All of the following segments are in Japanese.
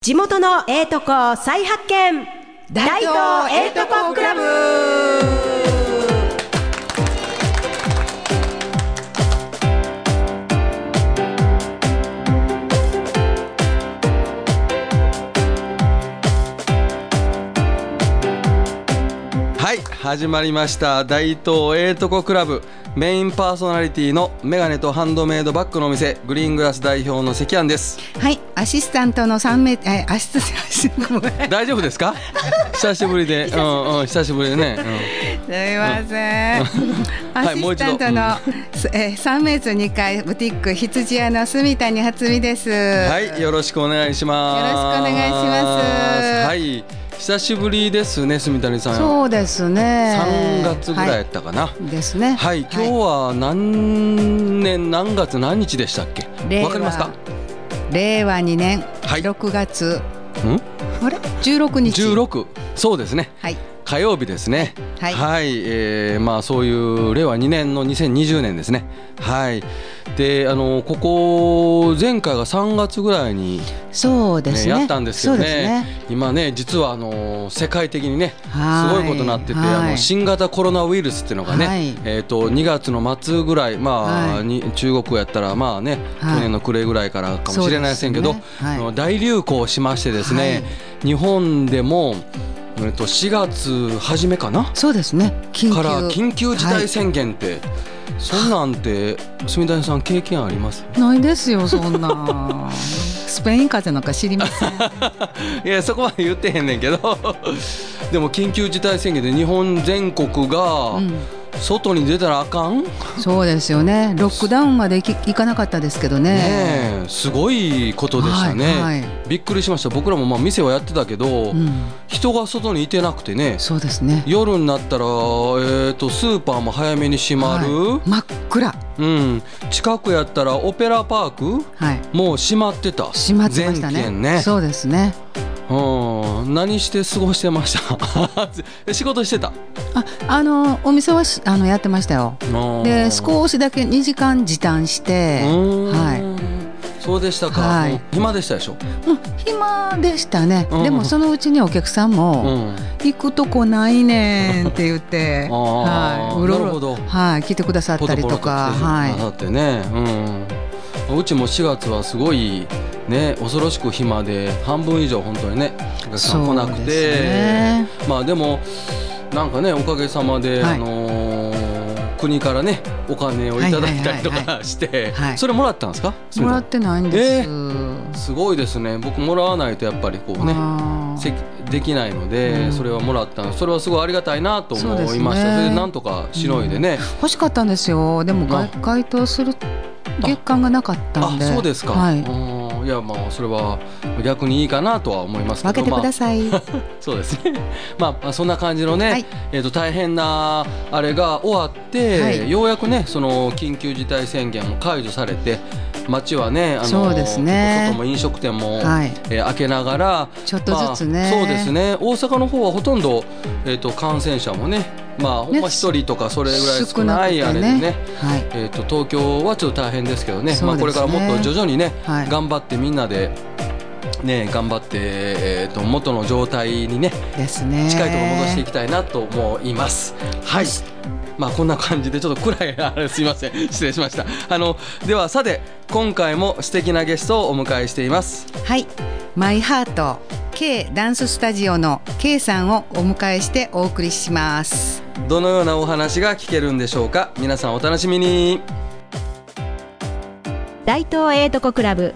地元のええとこ再発見大東ええとこクラブはい始まりました大東ええとこクラブメインパーソナリティのメガネとハンドメイドバッグのお店グリーングラス代表の関庵ですはい、アシスタントの三名、え、アシスタント、ごめんす大丈 夫ですか久しぶりでうんうん久しぶりでね、いません。アもうシスタ一度ントの、すえ、三名と二階ブティック羊屋の住谷初美です。うんはは。いよろしくお願いしますよろしくお願いしますはい久しぶりですね住谷さんそうですね。 3月ぐらいやはったかな、はいい。ですね。今日は何年何月何日でしたっけ令和わかりますか令和二年はい六月、うんあれ十六日。 16そうですねはい。火曜日ですね。は、はいいえーまあそういう令和2年の2020年ですね。はい。で、あのここ前回が3月ぐらいに、ねそうですね。やったんですけどそねうですね。今ね実はあの世界的にねすはいごいことになってて、はいあの新型コロナウイルスっていうのがね、はいえっ、と2月の末ぐらいまあ、はいに中国やったらまあね、はい去年の暮れぐらいからかもしれないですけそど、うですねはいあの大流行しましてですね、日本でも。えっと4月初めかなそうですね。緊急から緊急事態は宣言って、そんなんて住谷さん経験ありますいないですよそん な。スペイン風邪なんか知りません。いやそこまで言ってへんねんけどでも緊急事態宣言で日本全国がうん外に出たらあかん、ねそうですよね。ロックダウンまでいきいかなかったですけどね。えすごいことでしたね、はいはいびっくりしました僕らもまあ店はやってたけど、うん、人が外にいてなくてねそうですね。夜になったら、えー、とスーパーも早めに閉まる、はい真っ暗。うん、近くやったらオペラパークはい。もう閉まってた閉まってましたね。全県ねそうですね。うん、何して過ごしてました仕事してた あ、あのお店はしあのやってましたよ。で少しだけ2時間時短して、ははいそうでしたか、はいもう暇でしたでしょ、い。うん暇でしたね。うんでもそのうちにお客さんうもん、行くとこないねんって言って、 あーはい。うろうなるろほどはい来てくださったりとか、はい。だってね、うん、うちも4月はすごいね恐ろしく暇で半分以上本当にねお客さん来なくそうて、ですねまあでもなんかねおかげさまで、はいあのー国からねお金をいただいたりとはいはいはいはかして、はいそれもらったんですかもらってないんえです。すごいですね僕もらわないとやっぱりこうねあーせできないので、うんそれはもらったのそれはすごいありがたいなとそうです思ねいましたそれでなんとかしのいでね、欲しかったんですよでもあ該該当する月間がなかったんあでそうですか、はい、うんいやまあそれは逆にいいかなとは思いますけ分どけてくだまさい、あ、そうですね まあそんな感じのね、はいえー、と大変なあれが終わって、はいようやくねその緊急事態宣言も解除されて街はねあのそうですね外も飲食店も、 はいえー開けながらちょっとずつねまあそうですね大阪の方はほとんど、えー、と感染者もねまあほんま一人とかそれぐらい少ないあれでねはいえー、と東京はちょっと大変ですけどねそうまあ、ですねこれからもっと徐々にね、はい頑張ってみんなで。ね、頑張って、えー、と元の状態にねですね近いところ戻していきたいなと思います。はいまあこんな感じでちょっと暗いあれすいません失礼しましたあのではさて今回も素敵なゲストをお迎えしていますはいマイハート K ダンススタジオの K さんをお迎えしてお送りしますどのようなお話が聞けるんでしょうか皆さんお楽しみに大東ええとこクラブ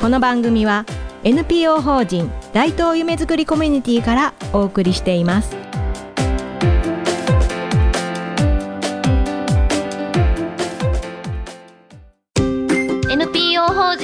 この番組は NPO 法人大東夢づくりコミュニティからお送りしていますー NPO 法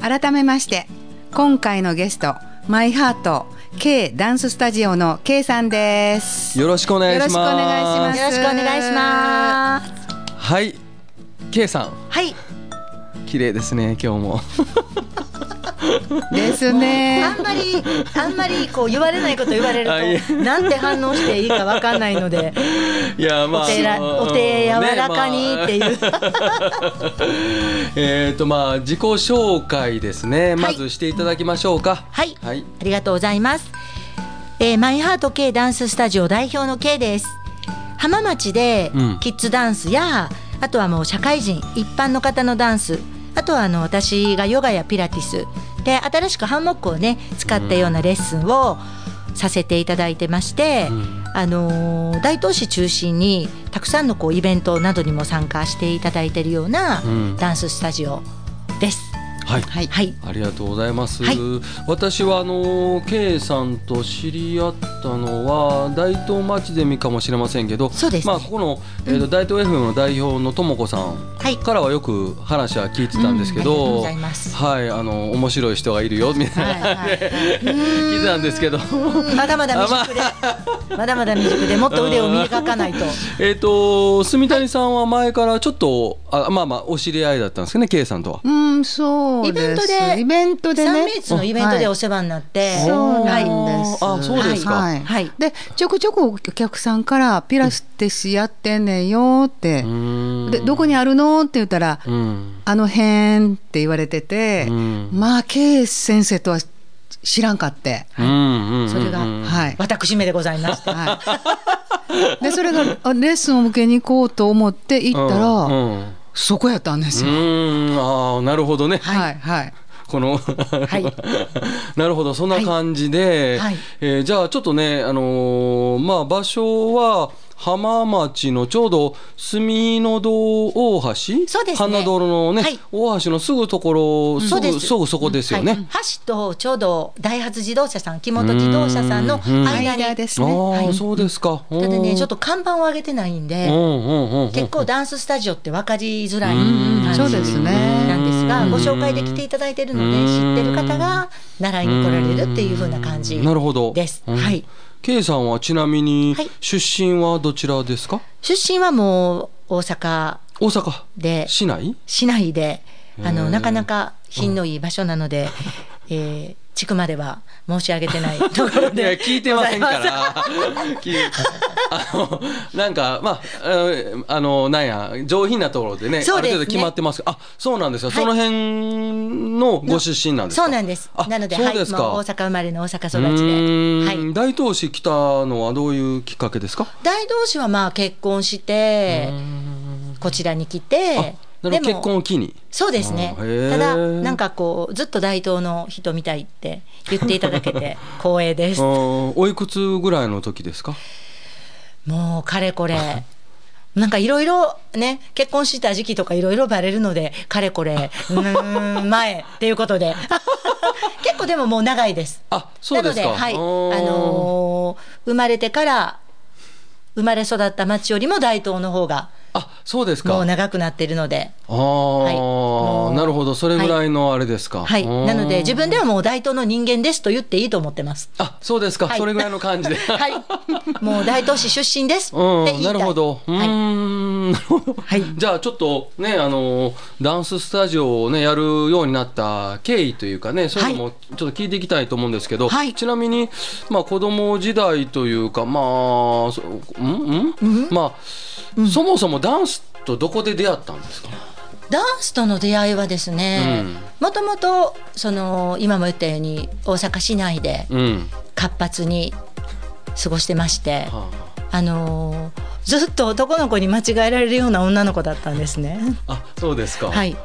改めまして今回のゲストマイハート K ダンススタジオの K さんです。よろしくお願いします。よろしよくお願いしますろしくお願いします。はい、K さん、はい、綺麗ですね、今日も。ですあねん。まり、あんまりこう言われないこと言われあいるえと、なんて反応していいかわかんない ので。いや、まあ、お手らあのお手柔らかにっていうねまあえっと、まあ、自己紹介ですね、まずしていただきましょうか。はい、はい、ありがとうございます。えーマイハート K ダンススタジオ代表の K です。浜町でうんキッズダンスや、あとはもう社会人一般の方のダンスあとはあの私がヨガやピラティスで新しくハンモックをね使ったようなレッスンをさせていただいてまして、うんあのー大東市中心にたくさんのこうイベントなどにも参加していただいているようなうんダンススタジオです。はい。はい。はい ありがとうございます。はい私はあの K さんと知り合ったのは大東町ゼミかもしれませんけど、そうですねまあここの、えーと大東 FM の代表のともこさんはいからはよく話は聞いてたんですけうんありがとうど、ございますはいあの面白い人がいるよみたいな、 聞いてたんですけど、 まだまだ未熟で、まだまだ未熟で、もっと腕を磨かないと。えっと住谷さんは前からちょっとあまあまあお知り合いだったんですけどね K さんとは。うん、そうです。イイベントでサンねミー。ツのイベントではおい世話になって、そうなんです。あそうですかはい。はいで、ちょくちょくお客さんからピラステスやってんねんよって。で、どこに、にあるのって言ったら、うんあの辺って言われててう。んまあ、ケイ先生とは知らんかって。うんうんうんそれがうん はい。私めでございました。はい。で、それがあレッスンを受けに行こうと思って行ったうら、んうんそこやったんですうよ。ーんああなるほどね、はい、はい。この、い なるほどそんな感じで、はいはいえーじゃあちょっとね、あのーまあ、場所は浜町のちょうど住の堂大橋そうですね花道のね、はい大橋のすぐところすそうでぐすすぐそこですよはいね。橋とちょうどダイハツ自動車さん、木本自動車さんの間に。間ですね。ああ、はいそうですか。たただね、ちょっと看板を上げてないんで、結結構ダンススタジオって分かりづらいうん感じそうですねなんですが、うんご紹介で来ていただいてるので、うん知ってる方が習いに来られるっていう風な感じなるほどです。うんはい。 K さんはちなみにはい出身はどちらですか、出身はもう大阪大阪で市内市内であへーのなかなか品のいい場所なの で、えー地区までは申し上げてない ところいやで聞いてませんから。聞いあのなんかまああのあのなんや上品なところでねそうですねある程度決まってますけどあそうなんですか、はいその辺のご出身なんですか。そうなんですあなのでそうはいもうで大すか。阪生まれの大阪う育ちーんで、はい、大東市来たのはどういうきっかけですか。大同士はまあ結婚してこちらに来あてなるほど結婚を機に。そうですねあーへーただなんかこうずっと大東の人みたいって言っていただけ て光栄ですあーおいくつぐらいの時ですか。もうかれこれなんかいろいろね結婚した時期とかいろいろバレるのでかれこれうーん 前っていうことで 結構でももう長いですあそうですか。なので、はい、ああーのー生まれてから生まれ育った町よりも大東の方があそうですか。もう長くなってるので、ああ、はいもうなるほどそれぐらいのあれですか。はい、うーんなので自分ではもう大東の人間ですと言っていいと思ってます。あそうですか、はいそれぐらいの感じ で。はい、もう大東市出身ですって言 いうん、た。ないるほど。うーはいん、なるほど。はいじゃあちょっとね、あのダンススタジオをねやるようになった経緯というかね、そういうのもちょっと聞いていきたいと思うんですけど、はいちなみにまあ子供時代というかまあそうんうん、まあ、そもそもダンスとどこで出会ったんですか。ダンスとの出会いはですねうん、もともとその今も言ったように大阪市内でうん。活発に過ごしてまして、はあのーずっと男の子に間違えられるような女の子だったんですね。あ、あそうですか。。はいい。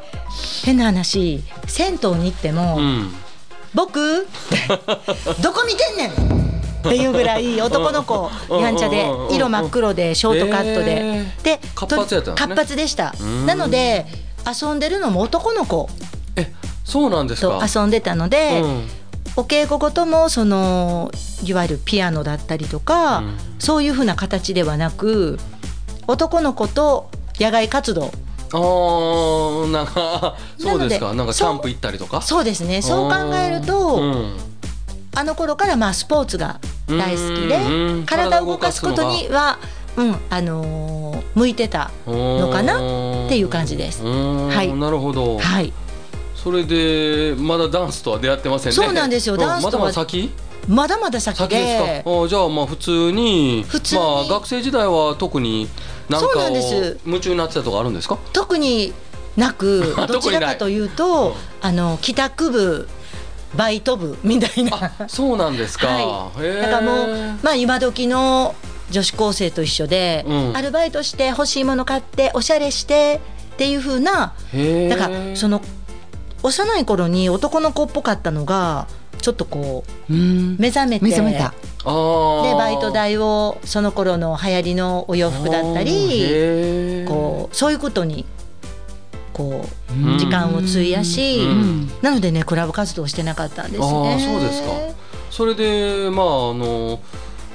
変な話、銭湯に行っても、うん。 僕ってどこ見てんねんっていうぐらい男の子やんちゃでうんうんうんうん色真っ黒でショートカットでへーで活発やったんですねと活発でしたんなので遊んでるのも男の子え、そうなんですとか。遊んでたので、うんお稽古事もそのいわゆるピアノだったりとか、うんそういうふうな形ではなく男の子と野外活動ああなん かそうですなのかでなんかキャンプ行ったりとかそうですねそう考えると、うんあの頃からまあスポーツが大好きでうんうん体を動かすことには、うんあのー向いてたのかなっていう感じですははいなるほど、はいそれでまだダンスとは出会ってませんねそうなんですよダンスとはまだまだ先まだまだ先先でですかあじゃあまあ普通に普通にまあ、学生時代は特になんかをそうなんです夢中になってたとかあるんですか特にな くどちらかというと、うんあの帰宅部バイト部みたいなあそうなんですか、はいへえだからもう、まあ、今時の女子高生と一緒で、うんアルバイトして欲しいもの買っておしゃれしてっていう風なへえだからその幼い頃に男の子っぽかったのがちょっとこうんう目覚めて目覚めたあーでバイト代をその頃の流行りのお洋服だったありーへーこうそういうことにこうんう時間を費やし、うんなのでねクラブ活動してなかったんですね。あーそうですかそれでまああの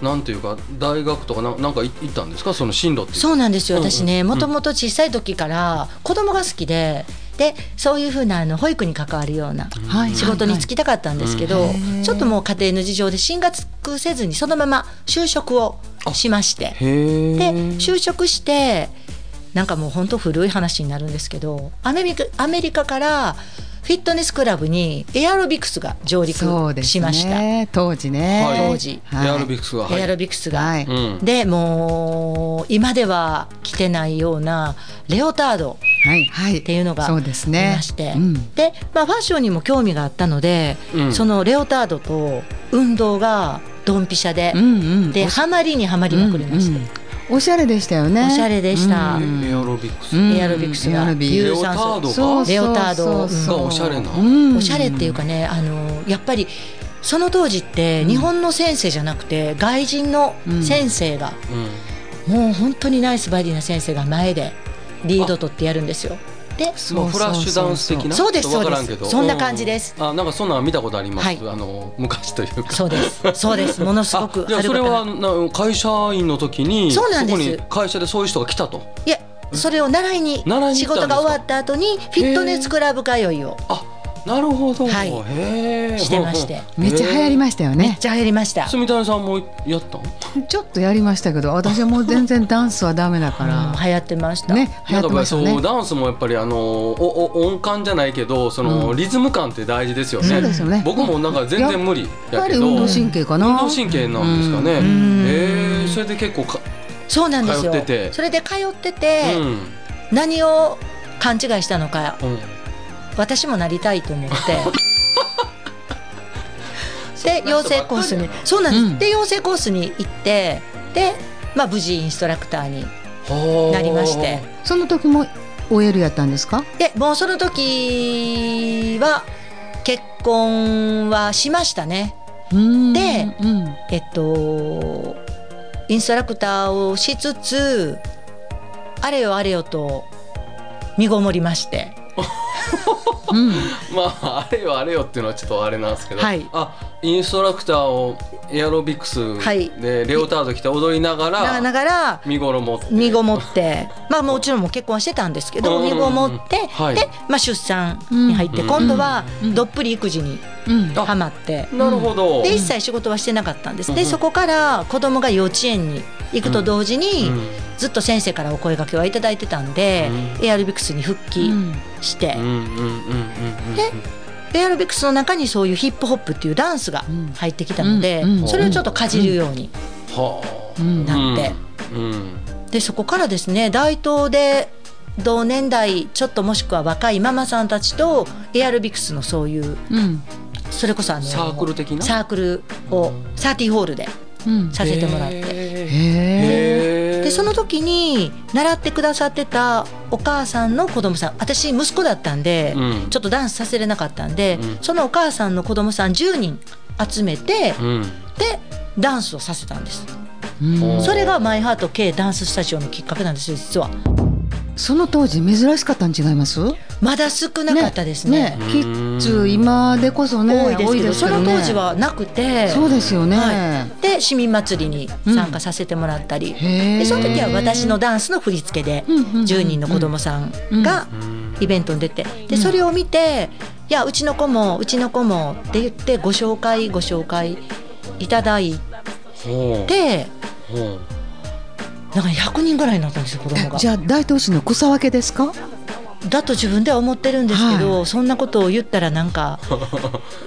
なんていうか大学とかななんかい行ったんですかその進路っていうそうなんですようんうん私ねうんもともと小さい時から子供が好きででそういうふうなあの保育に関わるようなはい仕事に就きたかったんですけど、はいはいちょっともう家庭の事情で進学せずにそのまま就職をしましてへえで就職してなんかもう本当古い話になるんですけどアメリカアメリカからフィットネスクラブにエアロビクスが上陸そうですねしました。当時ね、はい当時エアロビクスがエアロビビクスが、はい、うんでもう今では着てないようなレオタードはいはい、っっていうのがそうですねいましてうんで、まあ、ファッションにも興味があったので、うんそのレオタードと運動がドンピシャで、うんうん、でハマりにはまりまくりました、うんうんおしゃれでしたよねおしゃれでしたうんエアロビクスうんエアロビクスエアがロビ有酸レオタ素ードそうそうそうレオタードそうがおしゃれなうんおしゃれっていうかねあのやっぱりその当時って日本の先生じゃなくて外人の先生が、うんもう本当にナイスバディな先生が前でリード取ってやるんですよ。でまあフラッシュダンス的なそうそうそうちょっとわからんけそどうですそうですそんな感じですうんあなんかそんなん見たことあります、はいあの昔というかそうですそうですものすごく あじゃあそれはな会社員の時にそうなんですこに会社でそういう人が来たといやそれを習いに習いに仕行ったんですか事が終わった後にフィットネスクラブ通いをあなるほど、はい へえしてましてめっちゃ流行りましたよめっねちゃ入りました住谷さんもやったのちょっとやりましたけど私はもう全然ダンスはダメだかうんら流行ってました、ね流い行っやだてからましたそう、ねダンスもやっぱりあのおお音感じゃないけどその、うんリズム感って大事ですよねそうですよね僕もなんか全然無理やっやぱけりど運動神経かな運動神経なんですかね、んへえそれで結構か、そうなんですよ通っててそれで通ってて、うん何を勘違いしたのかうん私もなりたいと思って で養成コースにそうなんです、うんで養成コースに行ってで、まあ、無事インストラクターにはあなりましてその時も OL やったんですかでもうその時は結婚はしましたねうんでうんえっとインストラクターをしつつあれよあれよと身ごもりましてうんまああれよあれよっていうのはちょっとあれなんですけど、はいあインストラクターをエアロビクスはいでレオタード着て踊りながら、ながら見頃もって身ごもってまあもちろんもう結婚はしてたんですけどうん身ごもって、はいで、まあ、出産に入って、うん今度はうんどっぷり育児にうんあはまって、なるほど、で一切仕事はしてなかったんです、うでんそこから子供が幼稚園に行くと同時に、うんずっと先生からお声掛けはいただいてたんで、エアロビクスに復帰してうん、うんうんうんうんでエアロビクスの中にそういうヒップホップっていうダンスが入ってきたので、うんうんそれをちょっとかじるように、はあうんなってうんうんでそこからですね大東で同年代ちょっともしくは若いママさんたちとエアロビクスのそういううんそれこそあのサークル的なサークルをサーティーホールでうんさせてもらって、てへえでその時に習ってくださってたお母さんの子供さん私息子だったんで、うんちょっとダンスさせれなかったんで、うんそのお母さんの子供さん10人集めて、うんでダンスをさせたんですうんおーそれがマイハート K ダンススタジオのきっかけなんですよ実はその当時珍しかったん違いますまだ少なかったですねねキッズ今でこそね多いですけどそのね当時はなくてそうですよね、はい、で市民祭りに参加させてもらったり、へーでその時は私のダンスの振り付けでうんうんうんうん10人の子供さんがイベントに出てでそれを見て「いやうちの子もうちの子も」って言ってご紹介ご紹介いただいほうてほうなんか100人ぐらいになったんですよ子供がじ。ゃあ大東市の草分けですかだと自分では思ってるんですけど、はそんなことを言ったらなんか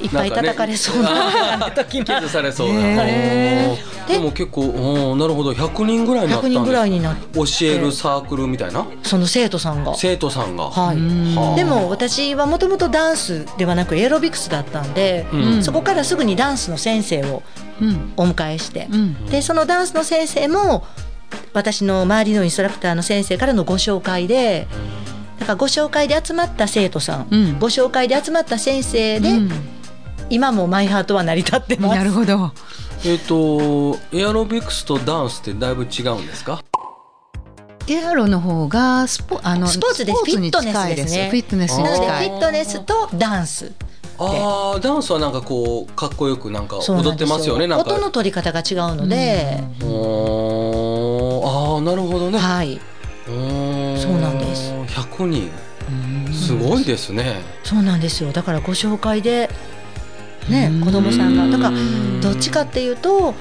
いっぱい叩かれそうななんかねキスされそうな、へおーでも結構おーなるほど100人ぐらいになった100んです人ぐらいになっ教えるサークルみたいなその生徒さんが。生徒さんが、はい、はあでも私はもともとダンスではなくエアロビクスだったんで、うんそこからすぐにダンスの先生をうんお迎えして、うんでそのダンスの先生も私の周りのインストラクターの先生からのご紹介でだからご紹介で集まった生徒さん、うんご紹介で集まった先生で、うん今もマイハートは成り立ってます。なるほどえっ、とエアロビクスとダンスってだいぶ違うんですかエアロの方がスポあのスポーツですポに近いフフィィットネスになのでフ近ィいットネスとダンスあーダンスはなんかこうかっこよくなんかそう踊なっんてですますよねなんか音の取り方が違うので、おーあーなるほどね、はいおーそうなんです100人すごいですね、そうなんですよだからご紹介で、ねうん、子供さんがだかうんらどっちかっていうと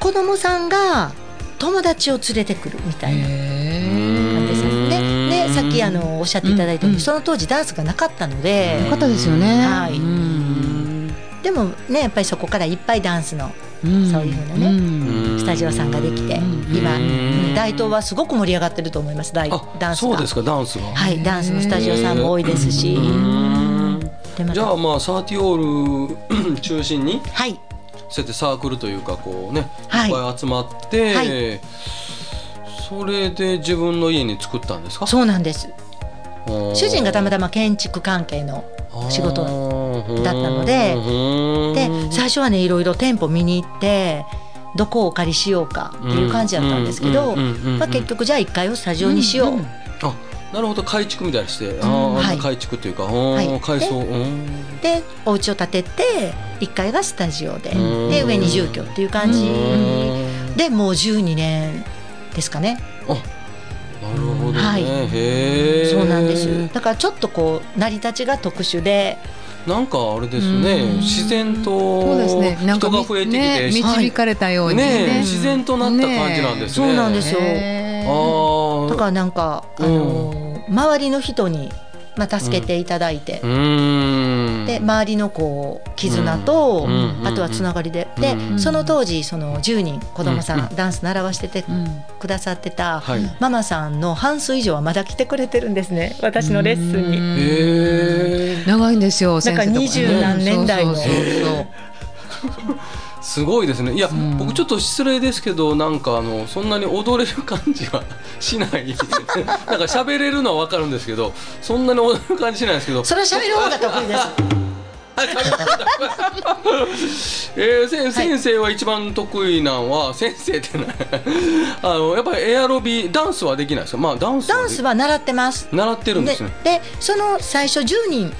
子供さんが友達を連れてくるみたいな感じですうんね。でさっきあのおっしゃっていただいたよううんにその当時ダンスがなかったのでよかったですよねはいうんでもねやっぱりそこからいっぱいダンスのんそういうふうなねんスタジオさんができて今うん大東はすごく盛り上がってると思います大あダンスそうがで。すかダンスが、はい、ダンスのスタジオさんも多いですし、でまじゃたあまあサーティオール 中心にはい、そうやってサークルというかこうね、、はいいっぱい集まって、はそれで自分の家に作ったんですかそうなんです。主人がたまだたま建築関係の仕事だったのでで最初はねいろいろ店舗見に行ってどこをお借りしようかっていう感じだったんですけど、うんうんうんうんうんまあ、結局じゃあ1階をスタジオにしよう、うんあなるほど改築みたいにして、あーはい改築というか、ははい改装、うんでお家を建てて1階がスタジオでうんで上に住居っていう感じうんでもう12年ですかね、あなるほどね、はいへーそうなんですだからちょっとこう成り立ちが特殊でなんかあれですね、うん自然そうですとねなんか人が増えてきて、ねし導かれたようにねえね自然となった感じなんですね。そうなんですよ、あへーーだからなんか、あのー周りの人に、まあ、助けていただいて、うーんで周りのこう絆と、うんうんうんあとはつながりで、うでんその当時その10人子供さん、うダンス習わしててうんくださってた、はい。ママさんの半数以上はまだ来てくれてるんですね私のレッスンに。へえ。長いんですよなんか先生とね二十何年代のそうそうそうそうすごいですね。いや、ん僕ちょっと失礼ですけど、なんかあのそんなに踊れる感じはしない。 なんか喋れるのはわかるんですけど、そんなに踊る感じしないんですけど。それは喋る方が得意 です。えー、せん先生は一番得意なんは、 先生ってなあのやっぱりエアロビダンスはできないですか。まあダンスダンスはは習ってます。で習ってるんですね。でその最初10人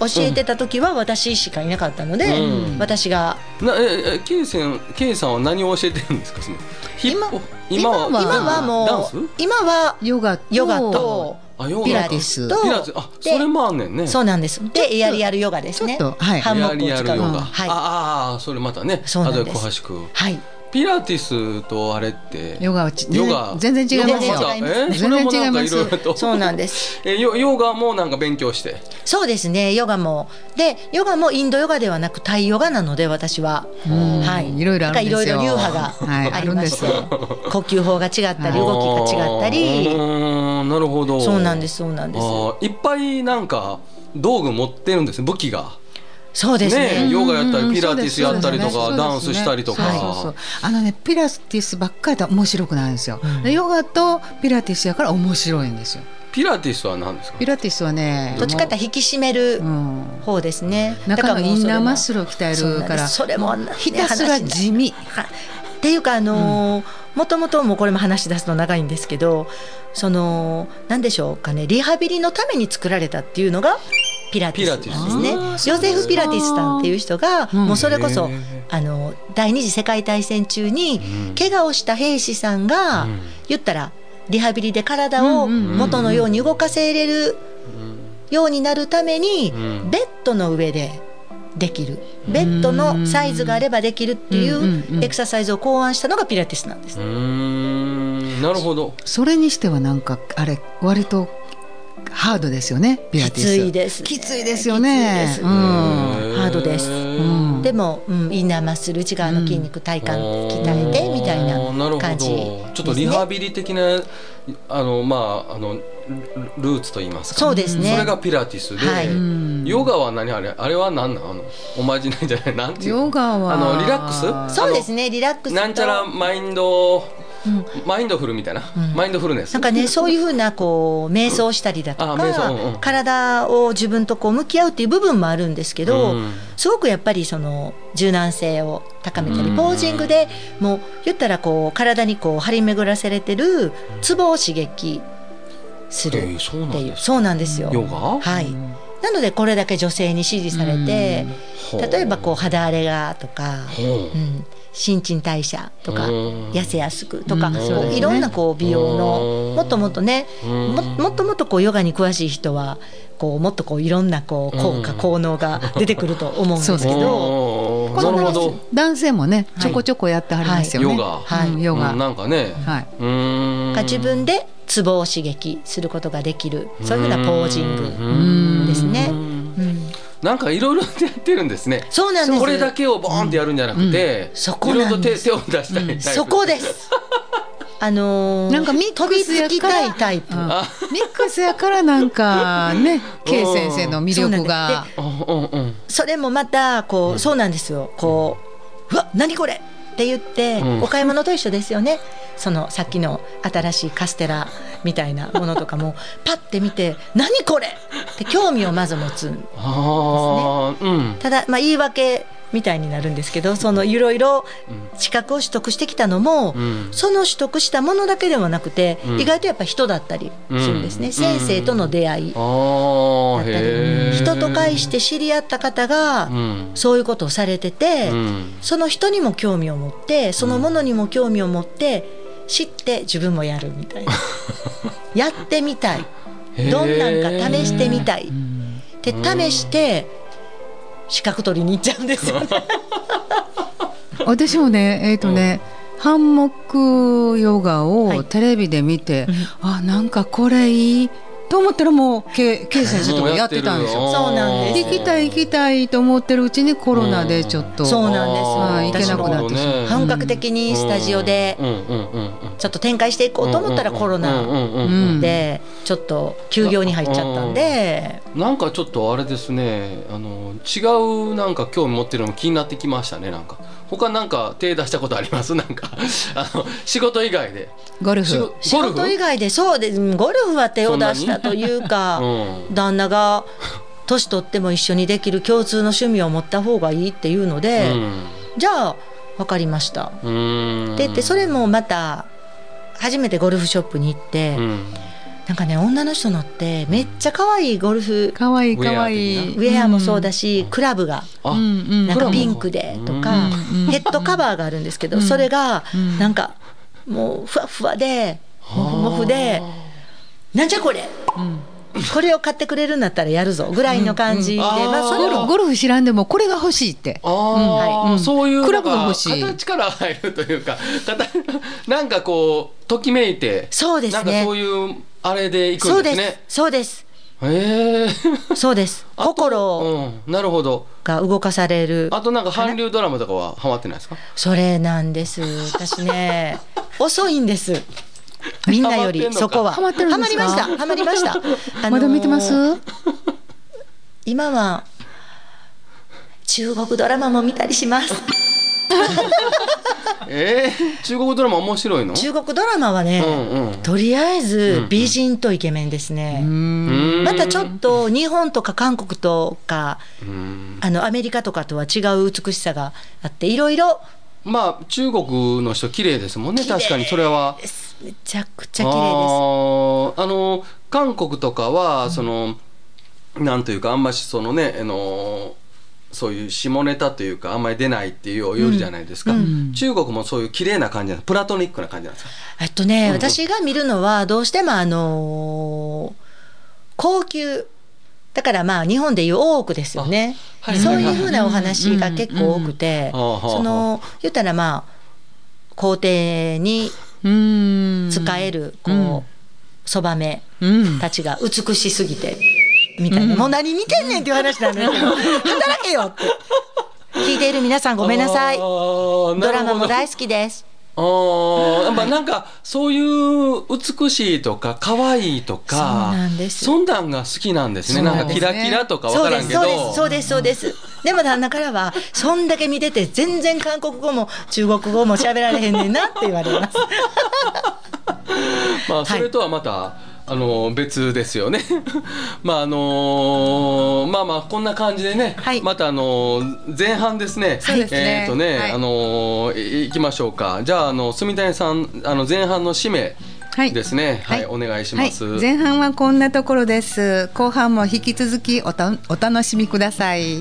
教えてた時は私しかいなかったので、うん私がなええケイさんケイさんは何を教えてるんですかそのヒップ今今はダンもスう今はヨガとヨガとあヨガピラテティィススピとラティスあでそれもあんねんねそうなんです。で、エアリアルヨガですね。ちょっとはいハンモックをや使るう。ヨガ、はい。ああそれまたねそうなんですあと詳しくはい。ピラティスとあれってヨガはちヨガ全然違いますヨよガはまた違いますえそれもなんかいろいろとそうなんです。えヨヨガもなんか勉強してそうですね。ヨガも。で、ヨガもインドヨガではなくタイヨガなので、私は。うんはい。いろいろあるんですよなんかいろいろ流派はいがありまして、ある呼吸法が違ったり、動きが違ったうり。ーんなるほどそうなんですす。そうなんです。あーいっぱいなんか道具持ってるんですね武器がそうですねえね。ヨガやったうんうんりピラティスやったりそうでとすかねダンスしたりとそうそうそかうあのねピラティスばっかりだと面白くないんですよ、でヨガとピラティスやから面白いんですよピラティスは何ですかピラティスはねどっちかって引き締めるうん方ですね。だか中らのもイうンそれナーもマッスルを鍛えるからそうなんですそれもひたすら地味はっていうかあのーもともともうこれも話し出すと長いんですけどその何でしょうかねリハビリのために作られたっていうのがピラティスなんですねピラティスヨゼフ・ピラティスさんっていう人が、うんもうそれこそへーあの第二次世界大戦中にうん怪我をした兵士さんが、うん言ったらリハビリで体をうんうんうんうん元のように動かせれるようになるために、うんベッドの上でできるベッドのサイズがあればできるっていうんうんううんエクササイズを考案したのがピラティスなんですう。んなるほどそれにしてはなんかあれ割とハードですよねピラきティスついですね、きついですよねきついですうんハードですうんでも、うん、インナーマッスル内側の筋肉体幹鍛えてみたいな感じ、あーなるほどちょっとリハビリ的なあのまああのルルーツと言いますかそうですねそれがピラティスで、はいうんヨガは何あれあれは何なんあのおまじないじゃないなんていうヨガはあのリラックスそうですねリラックスとなんちゃらマインドうんマインドフルみたいな、うんマインドフルネスなんかねそういうふうなこう瞑想したりだとあ瞑想うんうかん体を自分とこう向き合うっていう部分もあるんですけど、うんすごくやっぱりその柔軟性を高めたりうんポージングでもう言ったらこう体にこう張り巡らされてるツボを刺激するえーそうなんっていうですかそうなんですよ。ヨガはい、なのでこれだけ女性に支持されて例えばこう肌荒れがとか、うほう、うん新陳代謝とかうん痩せやすくとか、うんこうそうですねいろんなこう美容うのんもっともっとねうんももっともっとこうヨガに詳しい人はこうもっとこういろんなこう効果うん効能が出てくると思うんですそうけど。おーこなのるほ男ど男性もねはいちょこちょこやってはりますよね、ヨガはいうんヨガ、うんなんかねはい、うーんが自分でツボを刺激することができるそういうふうなポージング、グですねうんなんかいろいろやってるんですねそうなんですこれだけをボーンってやるんじゃなくて、んそこなんいろいろ手です手を出したいタイプ、そこですあのーなんかミッ飛クびスやつきからたいタイプうんミックスやからなんか ね K 先生の魅力がうんうんうんそれもまたこう、そうなんですよこう「うわ何これ!」って言って、うんお買い物と一緒ですよねそのさっきの新しいカステラみたいなものとか もパッて見て「何これ!」って興味をまず持つああ、うんただ、まあ、言い訳みたいになるんですけどそのいろいろ資格を取得してきたのも、うんその取得したものだけではなくて、うん意外とやっぱ人だったりするんですね、うん先生との出会いあだーったり、へー人と介して知り合った方が、うんそういうことをされてて。うんその人にも興味を持ってそのものにも興味を持って知って自分もやるみたいなやってみたいへーどんなんか試してみたいで試して資格取りに行っちゃうんですよね 私もねえっ、とね、ハンモックヨガはいをテレビで見て、あなんかこれいいと思ったらもう K, K 先生とかやってたんですよ。そうなんです行きたい行きたいと思ってるうちにコロナでちょっと、そうなんですはい行けなくなってしまう本格的にスタジオでちょっと展開していこうと思ったらコロナナでちょっと休業に入っちゃったんでなんかちょっとあれですねあの違うなんか興味持ってるのも気になってきましたねなんか他なんか手出したことありますなんか あの仕事以外でゴル仕フ事仕ゴルフ事以外でそうですうんゴルフは手を出したというか。うん旦那が年取っても一緒にできる共通の趣味を持った方がいいっていうので、じゃあ分かりましたってうん言ってそれもまた初めてゴルフショップに行って、うんなんかね女の人のってめっちゃ可愛いゴルフかわいいかわいいウェアもそうだし、し、クラブがあうんうんなんかピンクでとか、うんヘッドカバーがあるんですけど、うんそれがうんなんかもうふわふわでもふもふで「なんじゃこれうんこれを買ってくれるんだったらやるぞ」ぐらいの感じで、うんうんまあそれゴルもフゴルフ知らんでもこれが欲しいってああ、うんそういうクラブが欲しいなんか形から入るというか形 なんかこうときめいてそうですねなんかそういうあれでいくそんうでですすね。そうです。ええそうです。あと心 うん、なるほどが動かされる。あとなんか韓流ドラマとかはハマってないですかそれなんです。私ね、遅いんです。みんなよハマってりんのかそこはハマってるんですハマかりました。ハマりま した。あのーまだ見てます、今は中国ドラマも見たりします。ええ中国ドラマ面白いの中国ドラマはうね、んうんとりあえうずん美人とイケメンですね。うーんまたちょっと日本とか韓国とかうんあのアメリカとかとは違う美しさがあっていろいろまあ中国の人綺麗ですもんね確かにそれはですめちゃくちゃ綺麗あーあの韓国とかはその、なんというかあんましそのねあのそういう下ネタというかあんまり出ないっていう夜じゃないですか、うん中国もそういう綺麗な感じなんですプラトニックな感じなんですかですえっとね、うん私が見るのはどうしてもあのー高級だからまあ日本でいう大奥ですよね、あはいそうはいいうはいふうなお話が結構多くて、うんうんうんその言ったらまあ皇帝にうん仕えるこう、うんそばめうんたちが美しすぎてみたいな、もう何見てんねんっていう話なんですけど働けよって聞いている皆さんごめんなさいドドラマも大好きですああ、やっぱなんかそういう美しいとか可愛いとか、そうなんですそんなんが好きなんですね。そうななんんでかキすねラキラとかわそかうでらんすけそどうですそうですそうですでも旦那からはそんだけ見てて全然韓国語も中国語も喋られへんねんなって言われますまあそれとはまた、あの別ですよね。 まああのーまあまあこんな感じでね、はいまたあのー前半ですね。そうですねえっ、とね、はいあのーい行きましょうか。じゃああの住谷さんあの前半の使命はいですね。はい、お願いします。はい、前半はこんなところです後半も引き続きおたお楽しみください